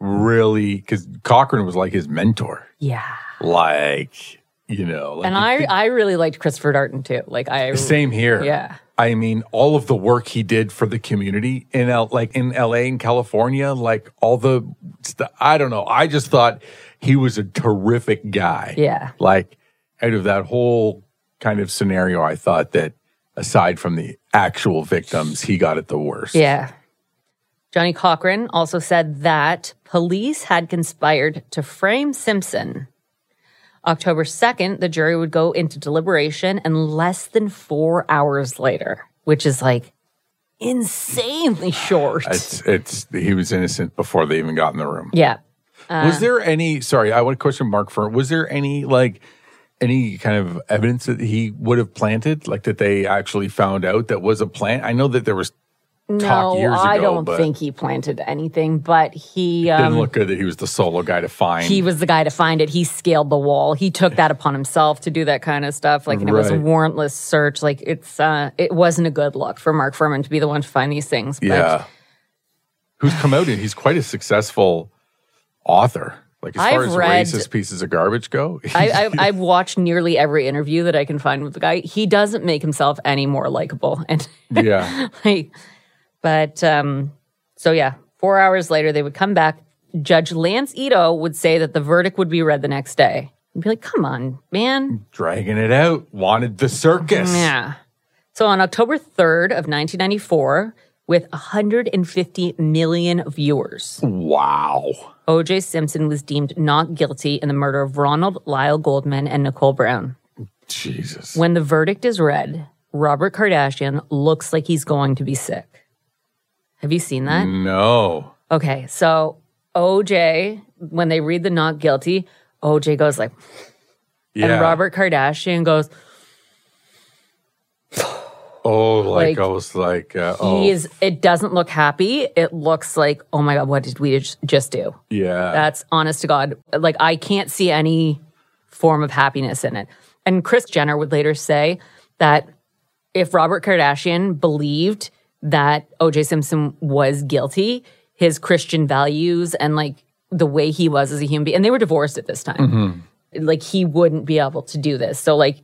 [SPEAKER 2] really because Cochran was like his mentor.
[SPEAKER 1] Yeah.
[SPEAKER 2] Like, you know, like
[SPEAKER 1] And I, I really liked Christopher Darton too. Like I
[SPEAKER 2] same here.
[SPEAKER 1] Yeah.
[SPEAKER 2] I mean, all of the work he did for the community in L- like in LA and California, like all the st- I don't know. I just thought he was a terrific guy.
[SPEAKER 1] Yeah.
[SPEAKER 2] Like out of that whole kind of scenario, I thought that aside from the actual victims, he got it the worst.
[SPEAKER 1] Yeah. Johnny Cochran also said that police had conspired to frame Simpson. October 2nd, the jury would go into deliberation, and less than four hours later, which is like insanely short.
[SPEAKER 2] It's it's he was innocent before they even got in the room.
[SPEAKER 1] yeah. Uh,
[SPEAKER 2] was there any sorry, I want to question Mark for was there any like any kind of evidence that he would have planted, like that they actually found out that was a plant? I know that there was talk
[SPEAKER 1] No,
[SPEAKER 2] years ago,
[SPEAKER 1] I don't
[SPEAKER 2] but
[SPEAKER 1] think he planted anything, but he. Um,
[SPEAKER 2] didn't look good that he was the solo guy to find.
[SPEAKER 1] he was the guy to find it. He scaled the wall. He took that upon himself to do that kind of stuff. Like, and it was a
[SPEAKER 2] Right.
[SPEAKER 1] warrantless search. Like, it's uh, it wasn't a good look for Mark Furman to be the one to find these things. But
[SPEAKER 2] yeah, who's come out and he's quite a successful author. Like as far
[SPEAKER 1] I've
[SPEAKER 2] as
[SPEAKER 1] read-
[SPEAKER 2] racist pieces of garbage go,
[SPEAKER 1] I, I, I've watched nearly every interview that I can find with the guy. He doesn't make himself any more likable, and
[SPEAKER 2] yeah,
[SPEAKER 1] like, but um, so yeah. Four hours later, they would come back. Judge Lance Ito would say that the verdict would be read the next day. I'd be like, come on, man.
[SPEAKER 2] dragging it out, wanted the circus.
[SPEAKER 1] Yeah. So on October 3rd of 1994, with 150 million viewers,
[SPEAKER 2] Wow.
[SPEAKER 1] O.J. Simpson was deemed not guilty in the murder of Ronald Lyle Goldman and Nicole Brown.
[SPEAKER 2] Jesus.
[SPEAKER 1] When the verdict is read, Robert Kardashian looks like he's going to be sick. Have you seen
[SPEAKER 2] Mm.
[SPEAKER 1] that?
[SPEAKER 2] No.
[SPEAKER 1] Okay, so OJ, when they read the not guilty, OJ goes like,
[SPEAKER 2] Yeah.
[SPEAKER 1] and Robert Kardashian goes,
[SPEAKER 2] Oh, like,
[SPEAKER 1] Like,
[SPEAKER 2] I was like, uh, oh,
[SPEAKER 1] he is, it doesn't look happy. It looks like, oh my God, what did we j- just do?
[SPEAKER 2] yeah,
[SPEAKER 1] That's honest to God. Like, I can't see any form of happiness in it. And Chris Jenner would later say that if Robert Kardashian believed that OJ Simpson was guilty, his Christian values and like the way he was as a human being, and they were divorced at this time,
[SPEAKER 2] Mm-hmm.
[SPEAKER 1] like he wouldn't be able to do this. So, like,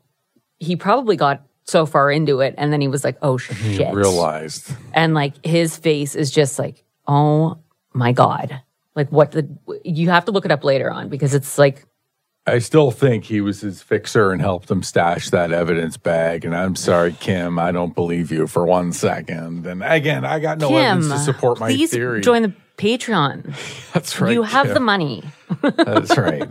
[SPEAKER 1] he probably got so far into it and then he was like, oh shit.
[SPEAKER 2] Realized.
[SPEAKER 1] And like his face is just like, oh my God. Like, what the, you have to look it up later on because it's like,
[SPEAKER 2] I still think he was his fixer and helped him stash that evidence bag. And I'm sorry, Kim, I don't believe you for one second. And again, I got no
[SPEAKER 1] Kim,
[SPEAKER 2] evidence to support my
[SPEAKER 1] please
[SPEAKER 2] theory.
[SPEAKER 1] join the Patreon.
[SPEAKER 2] That's right.
[SPEAKER 1] you have
[SPEAKER 2] Kim.
[SPEAKER 1] the money.
[SPEAKER 2] That's right.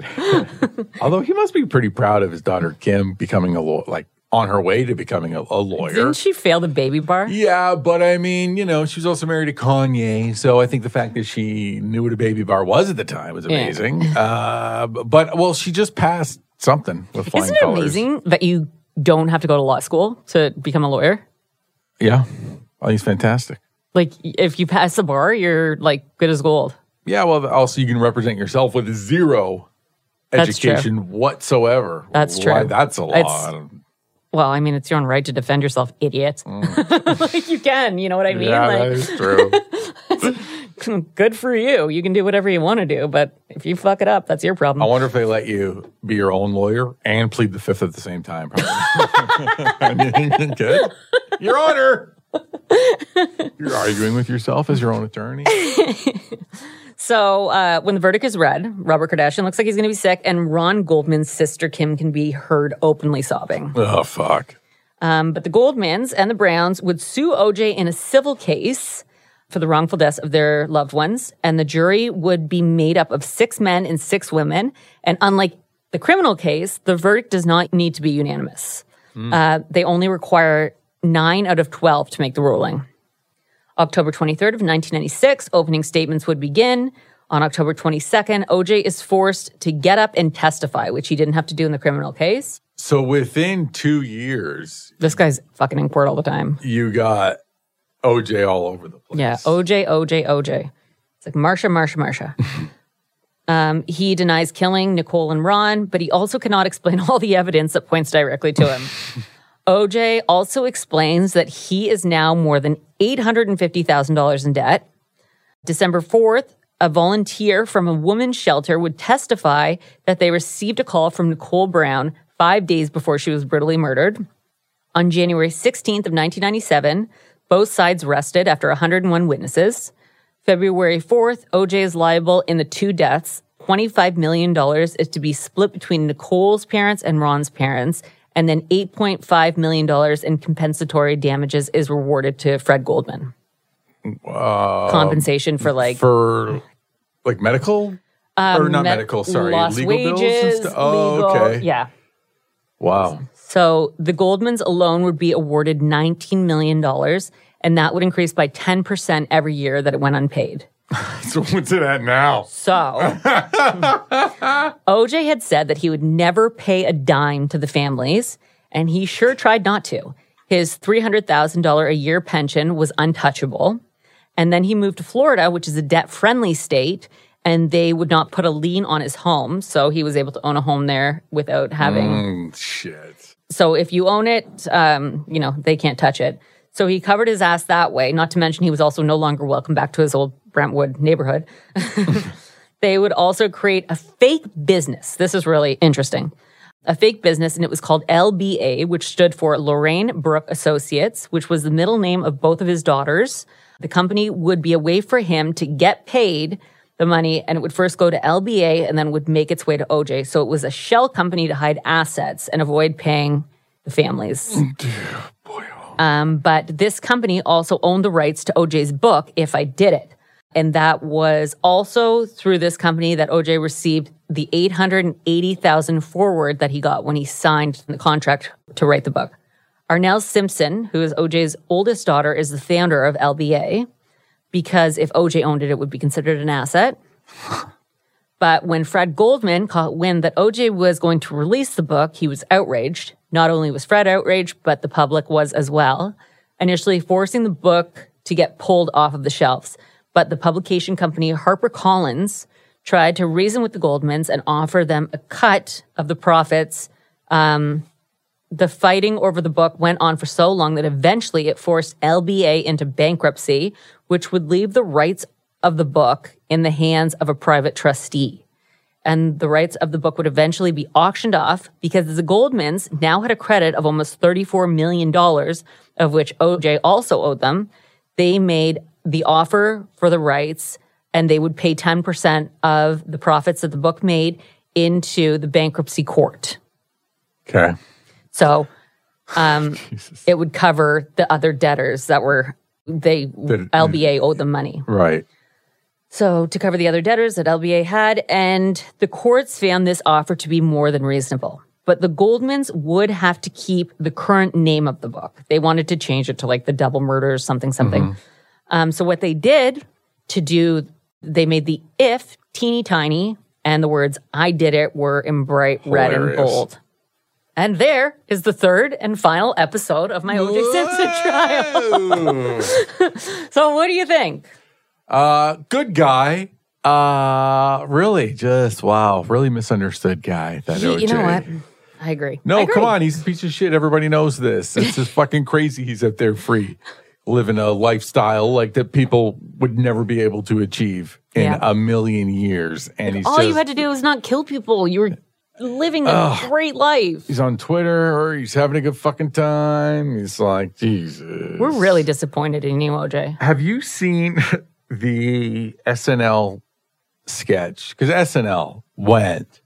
[SPEAKER 2] Although he must be pretty proud of his daughter Kim becoming a lawyer, like on her way to becoming a, a lawyer.
[SPEAKER 1] Didn't she fail the baby bar?
[SPEAKER 2] Yeah, but I mean, you know, she was also married to Kanye, so I think the fact that she knew what a baby bar was at the time was amazing. Uh, b- but well, she just passed something with flying
[SPEAKER 1] Isn't it
[SPEAKER 2] colors.
[SPEAKER 1] amazing that you don't have to go to law school to become a lawyer?
[SPEAKER 2] Yeah, well, he's fantastic.
[SPEAKER 1] Like, if you pass the bar, you're like good as gold.
[SPEAKER 2] Yeah, well, also you can represent yourself with zero
[SPEAKER 1] That's true.
[SPEAKER 2] education whatsoever.
[SPEAKER 1] That's
[SPEAKER 2] Why
[SPEAKER 1] true.
[SPEAKER 2] That's a law.
[SPEAKER 1] It's-
[SPEAKER 2] I don't-
[SPEAKER 1] Well, I mean, it's your own right to defend yourself, idiot. like, you can, you know what I mean?
[SPEAKER 2] Mm. yeah, that
[SPEAKER 1] like,
[SPEAKER 2] is true.
[SPEAKER 1] good for you. You can do whatever you want to do, but if you fuck it up, that's your problem.
[SPEAKER 2] I wonder if they let you be your own lawyer and plead the fifth at the same time. Probably. Good. Your Honor. You're arguing with yourself as your own attorney.
[SPEAKER 1] So uh, when the verdict is read, Robert Kardashian looks like he's going to be sick, and Ron Goldman's sister Kim can be heard openly sobbing.
[SPEAKER 2] oh, fuck.
[SPEAKER 1] Um, but the Goldmans and the Browns would sue OJ in a civil case for the wrongful deaths of their loved ones, and the jury would be made up of six men and six women. And unlike the criminal case, the verdict does not need to be unanimous. Uh, they only require nine out of 12 to make the ruling. October 23rd of 1996, opening statements would begin. On October 22nd, OJ is forced to get up and testify, which he didn't have to do in the criminal case.
[SPEAKER 2] So within two years,
[SPEAKER 1] This guy's fucking in court all the time.
[SPEAKER 2] you got OJ all over the place.
[SPEAKER 1] Yeah, OJ, OJ, OJ. It's like Marsha, Marsha, Marsha. um, he denies killing Nicole and Ron, but he also cannot explain all the evidence that points directly to him. OJ also explains that he is now more than $850,000 in debt. December 4th, a volunteer from a woman's shelter would testify that they received a call from Nicole Brown five days before she was brutally murdered. On January 16th of 1997, both sides rested after 101 witnesses. February 4th, OJ is liable in the two deaths. $25 million is to be split between Nicole's parents and Ron's parents, and then $8.5 million in compensatory damages is rewarded to Fred Goldman. Compensation for like
[SPEAKER 2] For like medical? or not
[SPEAKER 1] Um, med-
[SPEAKER 2] medical, sorry.
[SPEAKER 1] lost
[SPEAKER 2] legal bills
[SPEAKER 1] wages,
[SPEAKER 2] and stuff. Oh,
[SPEAKER 1] legal-
[SPEAKER 2] okay.
[SPEAKER 1] Yeah.
[SPEAKER 2] Wow.
[SPEAKER 1] So the Goldmans alone would be awarded $19 million, and that would increase by 10% every year that it went unpaid.
[SPEAKER 2] So what's it at now?
[SPEAKER 1] So OJ had said that he would never pay a dime to the families, and he sure tried not to. His $300,000 a year pension was untouchable. And then he moved to Florida, which is a debt friendly state, and they would not put a lien on his home. So he was able to own a home there without having
[SPEAKER 2] Mm, shit.
[SPEAKER 1] so if you own it, um, you know, they can't touch it. So he covered his ass that way, not to mention he was also no longer welcome back to his old Brentwood neighborhood. they would also create a fake business. This is really interesting. A fake business, and it was called LBA, which stood for Lorraine Brooke Associates, which was the middle name of both of his daughters. The company would be a way for him to get paid the money, and it would first go to LBA and then would make its way to OJ. So it was a shell company to hide assets and avoid paying the families.
[SPEAKER 2] Boy, oh.
[SPEAKER 1] Um, but this company also owned the rights to OJ's book, If I Did It. And that was also through this company that OJ received the 880,000 forward that he got when he signed the contract to write the book. Arnell Simpson, who is OJ's oldest daughter, is the founder of LBA because if OJ owned it, it would be considered an asset. But when Fred Goldman caught wind that OJ was going to release the book, he was outraged. Not only was Fred outraged, but the public was as well, initially forcing the book to get pulled off of the shelves. But the publication company HarperCollins tried to reason with the Goldmans and offer them a cut of the profits the fighting over the book went on for so long that eventually it forced LBA into bankruptcy, which would leave the rights of the book in the hands of a private trustee. And the rights of the book would eventually be auctioned off because the Goldmans now had a credit of almost $34 million, of which OJ also owed them. They made the offer for the rights and they would pay 10% of the profits that the book made into the bankruptcy court.
[SPEAKER 2] Okay.
[SPEAKER 1] So um, it would cover the other debtors that were they LBA owed them money.
[SPEAKER 2] Right.
[SPEAKER 1] So to cover the other debtors that LBA had, and the courts found this offer to be more than reasonable. But the Goldmans would have to keep the current name of the book. They wanted to change it to like the Double Murders, something, something.
[SPEAKER 2] Mm-hmm.
[SPEAKER 1] Um, so what they did to do, they made the if teeny tiny, and the words "I did it" were in bright red and
[SPEAKER 2] Hilarious.
[SPEAKER 1] bold. And there is the third and final episode of my OJ Simpson trial. So, what do you think?
[SPEAKER 2] uh, good guy. Uh, really, just wow, really misunderstood guy. That
[SPEAKER 1] You,
[SPEAKER 2] OJ.
[SPEAKER 1] you know what? I agree. I
[SPEAKER 2] No,
[SPEAKER 1] agree.
[SPEAKER 2] come on, he's a piece of shit. Everybody knows this. It's just fucking crazy. He's out there free, living a lifestyle like that people would never be able to achieve in
[SPEAKER 1] Yeah.
[SPEAKER 2] a million years. And he's
[SPEAKER 1] All
[SPEAKER 2] just,
[SPEAKER 1] you had to do was not kill people. You were living a great life.
[SPEAKER 2] he's on Twitter or he's having a good fucking time. He's like, Jesus.
[SPEAKER 1] We're really disappointed in you, OJ.
[SPEAKER 2] Have you seen the SNL sketch? Because SNL went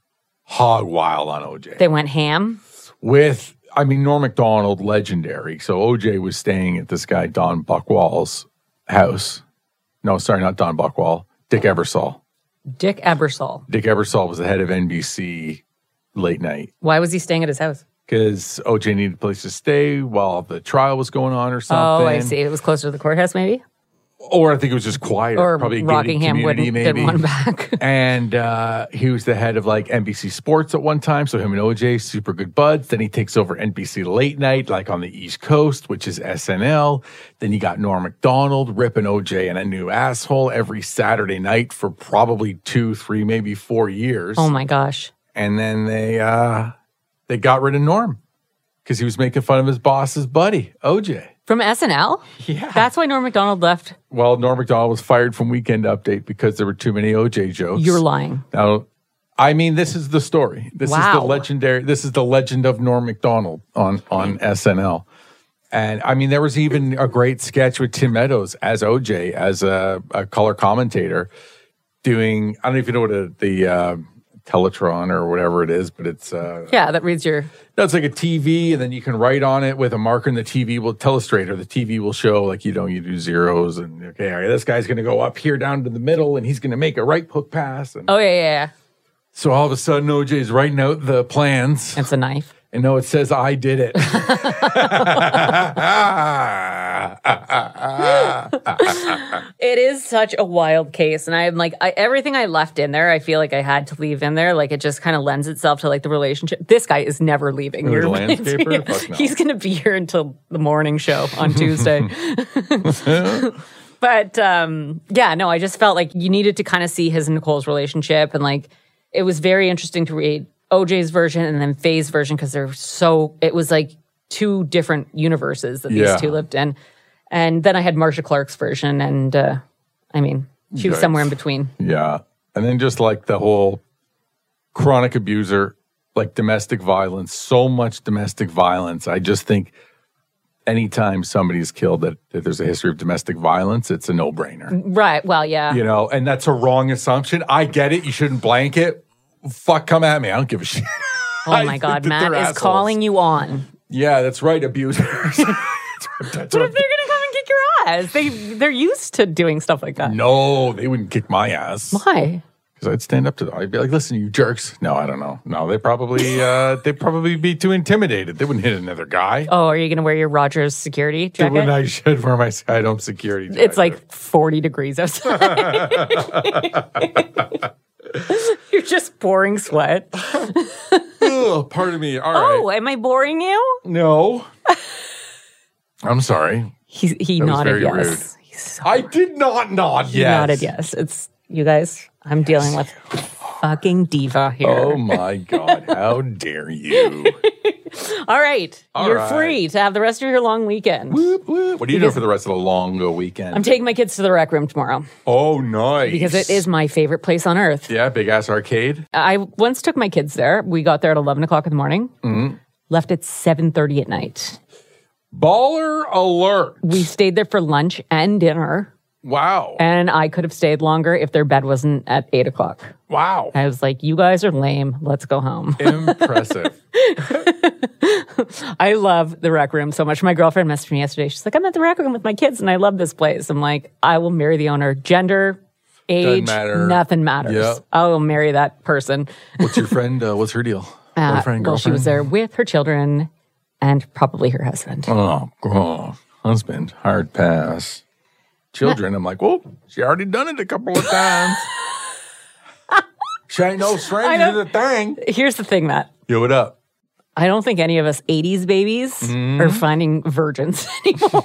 [SPEAKER 2] hog wild on OJ.
[SPEAKER 1] They went ham.
[SPEAKER 2] with I mean Norm Macdonald, legendary. So OJ was staying at this guy Don Buckwall's house. No, sorry, not Don Buckwall. Dick Ebersol.
[SPEAKER 1] Dick Ebersol.
[SPEAKER 2] Dick Ebersol was the head of NBC late night
[SPEAKER 1] Why was he staying at his house?
[SPEAKER 2] because OJ needed a place to stay while the trial was going on or something.
[SPEAKER 1] Oh, I see. It was closer to the courthouse, maybe,
[SPEAKER 2] Or I think it was just quieter.
[SPEAKER 1] or
[SPEAKER 2] probably a gated
[SPEAKER 1] Rockingham
[SPEAKER 2] community,
[SPEAKER 1] wouldn't
[SPEAKER 2] maybe.
[SPEAKER 1] didn't want him back.
[SPEAKER 2] and uh, he was the head of like NBC Sports at one time. So him and OJ, super good buds. Then he takes over NBC Late Night, like on the East Coast, which is SNL. Then you got Norm Macdonald ripping OJ and a new asshole every Saturday night for probably two, three, maybe four years.
[SPEAKER 1] oh my gosh.
[SPEAKER 2] And then they uh, they got rid of Norm because he was making fun of his boss's buddy OJ.
[SPEAKER 1] From SNL?
[SPEAKER 2] Yeah.
[SPEAKER 1] That's why Norm MacDonald left.
[SPEAKER 2] well, Norm Macdonald was fired from Weekend Update because there were too many OJ jokes.
[SPEAKER 1] You're lying.
[SPEAKER 2] Now, I mean, this is the story. This is
[SPEAKER 1] Wow.
[SPEAKER 2] the legendary. This is the legend of Norm Macdonald on on SNL. And I mean, there was even a great sketch with Tim Meadows as OJ as a, a color commentator doing. I don't even know what a, the uh, Teletron or whatever it is, but it's uh,
[SPEAKER 1] Yeah, that reads your.
[SPEAKER 2] that's like a TV, and then you can write on it with a marker, and the TV will telestrate, or the TV will show like you know you do zeros, and okay, all right, this guy's going to go up here down to the middle, and he's going to make a right hook pass, and
[SPEAKER 1] Oh yeah, yeah, yeah.
[SPEAKER 2] so all of a sudden, OJ's writing out the plans,
[SPEAKER 1] It's a knife.
[SPEAKER 2] and no, it says I did it.
[SPEAKER 1] It is such a wild case, and I'm like I, everything I left in there. I feel like I had to leave in there. Like it just kind of lends itself to like the relationship. This guy is never leaving.
[SPEAKER 2] Who, the
[SPEAKER 1] You're-
[SPEAKER 2] landscaper? Fuck no.
[SPEAKER 1] He's gonna be here until the morning show on Tuesday. but um, yeah, no, I just felt like you needed to kind of see his and Nicole's relationship, and like it was very interesting to read OJ's version and then Faye's version because they're so. It was like two different universes that
[SPEAKER 2] Yeah.
[SPEAKER 1] these two lived in, and then I had Marsha Clark's version, and uh, I mean she was
[SPEAKER 2] Yikes.
[SPEAKER 1] somewhere in between.
[SPEAKER 2] yeah, and then just like the whole chronic abuser, like domestic violence, so much domestic violence. I just think anytime somebody's killed that, that there's a history of domestic violence, it's a no brainer.
[SPEAKER 1] Right. Well, yeah.
[SPEAKER 2] You know, and that's a wrong assumption. I get it. You shouldn't blank it. Fuck, come at me. I don't give a shit.
[SPEAKER 1] Oh my God, Matt is calling you on.
[SPEAKER 2] Yeah, that's right, abusers. That's
[SPEAKER 1] What
[SPEAKER 2] what-
[SPEAKER 1] if they're gonna come and kick your ass? They they're used to doing stuff like that.
[SPEAKER 2] no, they wouldn't kick my ass
[SPEAKER 1] Why?
[SPEAKER 2] because I'd stand up to them. I'd be like, "Listen, you jerks." No, I don't know. No, they probably uh, they probably be too intimidated. They wouldn't hit another guy.
[SPEAKER 1] Oh, are you gonna wear your Rogers security
[SPEAKER 2] They wouldn't.
[SPEAKER 1] jacket?
[SPEAKER 2] I should wear my side home security. Jacket.
[SPEAKER 1] It's like forty degrees outside. You're just pouring sweat.
[SPEAKER 2] Ugh, pardon me. All right,
[SPEAKER 1] Oh, am I boring you?
[SPEAKER 2] no. I'm sorry.
[SPEAKER 1] He he
[SPEAKER 2] was
[SPEAKER 1] nodded
[SPEAKER 2] very
[SPEAKER 1] yes. He's so-
[SPEAKER 2] I did not nod.
[SPEAKER 1] He
[SPEAKER 2] Yes,
[SPEAKER 1] nodded yes. It's you guys. I'm dealing with fucking diva here.
[SPEAKER 2] Oh my God. How dare you?
[SPEAKER 1] All right.
[SPEAKER 2] All
[SPEAKER 1] You're
[SPEAKER 2] right.
[SPEAKER 1] free to have the rest of your long weekend.
[SPEAKER 2] Whoop, whoop. What are you doing for the rest of the long uh, weekend?
[SPEAKER 1] I'm taking my kids to the rec room tomorrow
[SPEAKER 2] oh, nice.
[SPEAKER 1] because it is my favorite place on earth.
[SPEAKER 2] Yeah, big ass arcade.
[SPEAKER 1] I once took my kids there. We got there at 11 o'clock in the morning,
[SPEAKER 2] Mm-hmm.
[SPEAKER 1] left at 7.30 at night.
[SPEAKER 2] Baller alert.
[SPEAKER 1] We stayed there for lunch and dinner,
[SPEAKER 2] Wow.
[SPEAKER 1] and I could have stayed longer if their bed wasn't at 8 o'clock.
[SPEAKER 2] Wow.
[SPEAKER 1] I was like, you guys are lame. Let's go home.
[SPEAKER 2] Impressive.
[SPEAKER 1] I love the rec room so much. My girlfriend messaged me yesterday. She's like, I'm at the rec room with my kids and I love this place. I'm like, I will marry the owner. Gender, age,
[SPEAKER 2] matter.
[SPEAKER 1] nothing matters.
[SPEAKER 2] Yeah.
[SPEAKER 1] I will marry that person.
[SPEAKER 2] What's your friend? Uh, what's her deal?
[SPEAKER 1] Uh,
[SPEAKER 2] Boyfriend,
[SPEAKER 1] well, she was there with her children and probably her husband.
[SPEAKER 2] Oh, God. Husband, hard pass. Children, I'm like, well, she already done it a couple of times. she ain't no stranger to the thing.
[SPEAKER 1] Here's the thing, Matt.
[SPEAKER 2] Yo, what up?
[SPEAKER 1] I don't think any of us 80s babies
[SPEAKER 2] Mm-hmm.
[SPEAKER 1] are finding virgins anymore.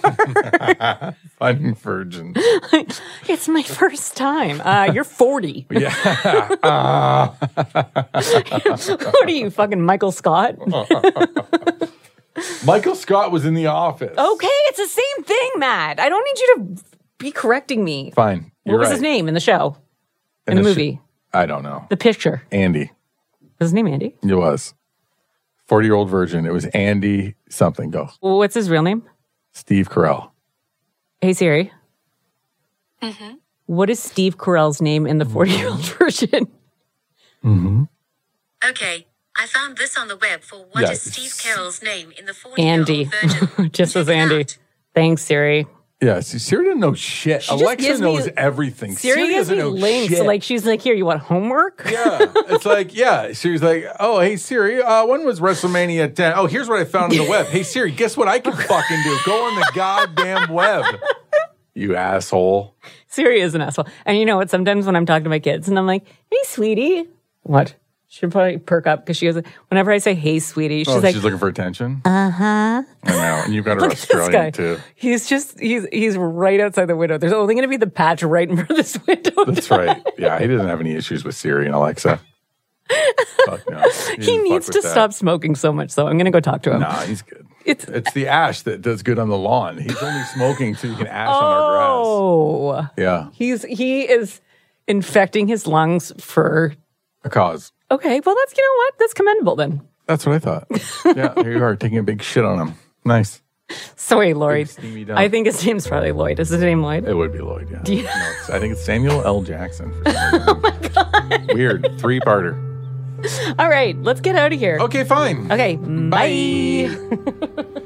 [SPEAKER 2] I'm virgin.
[SPEAKER 1] it's my first time. Uh, you're 40.
[SPEAKER 2] Yeah.
[SPEAKER 1] what are you, fucking Michael Scott?
[SPEAKER 2] Michael Scott was in the office.
[SPEAKER 1] Okay, it's the same thing, Matt. I don't need you to be correcting me.
[SPEAKER 2] Fine.
[SPEAKER 1] What was his name in the show? In, the, movie?
[SPEAKER 2] I don't know.
[SPEAKER 1] the picture.
[SPEAKER 2] Andy.
[SPEAKER 1] Was his name Andy?
[SPEAKER 2] It was. 40 year old virgin. It was Andy something. Go.
[SPEAKER 1] What's his real name?
[SPEAKER 2] Steve Carell.
[SPEAKER 1] Hey Siri. What is Steve Carell's name in the 40 year old version?
[SPEAKER 3] Okay, I found this on the web for what is
[SPEAKER 2] Yeah,
[SPEAKER 3] Steve
[SPEAKER 2] it's-
[SPEAKER 3] Carroll's name in the 40
[SPEAKER 1] Andy.
[SPEAKER 3] version.
[SPEAKER 1] Just as
[SPEAKER 3] Check it
[SPEAKER 1] Andy.
[SPEAKER 3] out.
[SPEAKER 1] Thanks, Siri.
[SPEAKER 2] Yeah, see, Siri doesn't know shit.
[SPEAKER 1] just
[SPEAKER 2] Alexa
[SPEAKER 1] gives me-
[SPEAKER 2] knows everything.
[SPEAKER 1] Siri, gives
[SPEAKER 2] doesn't
[SPEAKER 1] me
[SPEAKER 2] know
[SPEAKER 1] links.
[SPEAKER 2] shit.
[SPEAKER 1] Like she's like, here, you want homework?
[SPEAKER 2] yeah, it's like yeah. Siri's like, oh hey Siri, uh, when was WrestleMania ten? Oh, here's what I found on the web. Hey Siri, guess what I can fucking do? Go on the goddamn web. You asshole.
[SPEAKER 1] Siri is an asshole. And you know what? Sometimes when I'm talking to my kids and I'm like, hey, sweetie. What? She'll probably perk up because she goes, whenever I say, hey, sweetie, she's
[SPEAKER 2] oh,
[SPEAKER 1] like, "Uh-huh."
[SPEAKER 2] she's looking for attention. Uh huh. I know, and you've got her
[SPEAKER 1] Look at this guy.
[SPEAKER 2] Australian too.
[SPEAKER 1] He's just he's he's right outside the window. There's only going to be the patch right in front of this window.
[SPEAKER 2] That's right. Yeah, he doesn't have any issues with Siri and Alexa. Fuck no.
[SPEAKER 1] he needs to stop smoking so much, though. I'm going to go talk to him.
[SPEAKER 2] Nah, he's good.
[SPEAKER 1] It's
[SPEAKER 2] It's the ash that does good on the lawn. He's only smoking so you can ash on our grass.
[SPEAKER 1] oh,
[SPEAKER 2] Yeah,
[SPEAKER 1] he's he is infecting his lungs for.
[SPEAKER 2] a cause.
[SPEAKER 1] Okay, well that's you know what that's commendable then.
[SPEAKER 2] That's what I thought. yeah, here you are taking a big shit on him. Nice.
[SPEAKER 1] Sorry, Lloyd.
[SPEAKER 2] steamy dump.
[SPEAKER 1] I think his name's probably Lloyd. Is his name Lloyd?
[SPEAKER 2] It would be Lloyd, yeah. No, it's- I think it's Samuel L. Jackson. For some
[SPEAKER 1] Oh
[SPEAKER 2] reason. Weird. Three parter.
[SPEAKER 1] All right, let's get out of here.
[SPEAKER 2] Okay, fine.
[SPEAKER 1] Okay, bye.
[SPEAKER 2] Bye.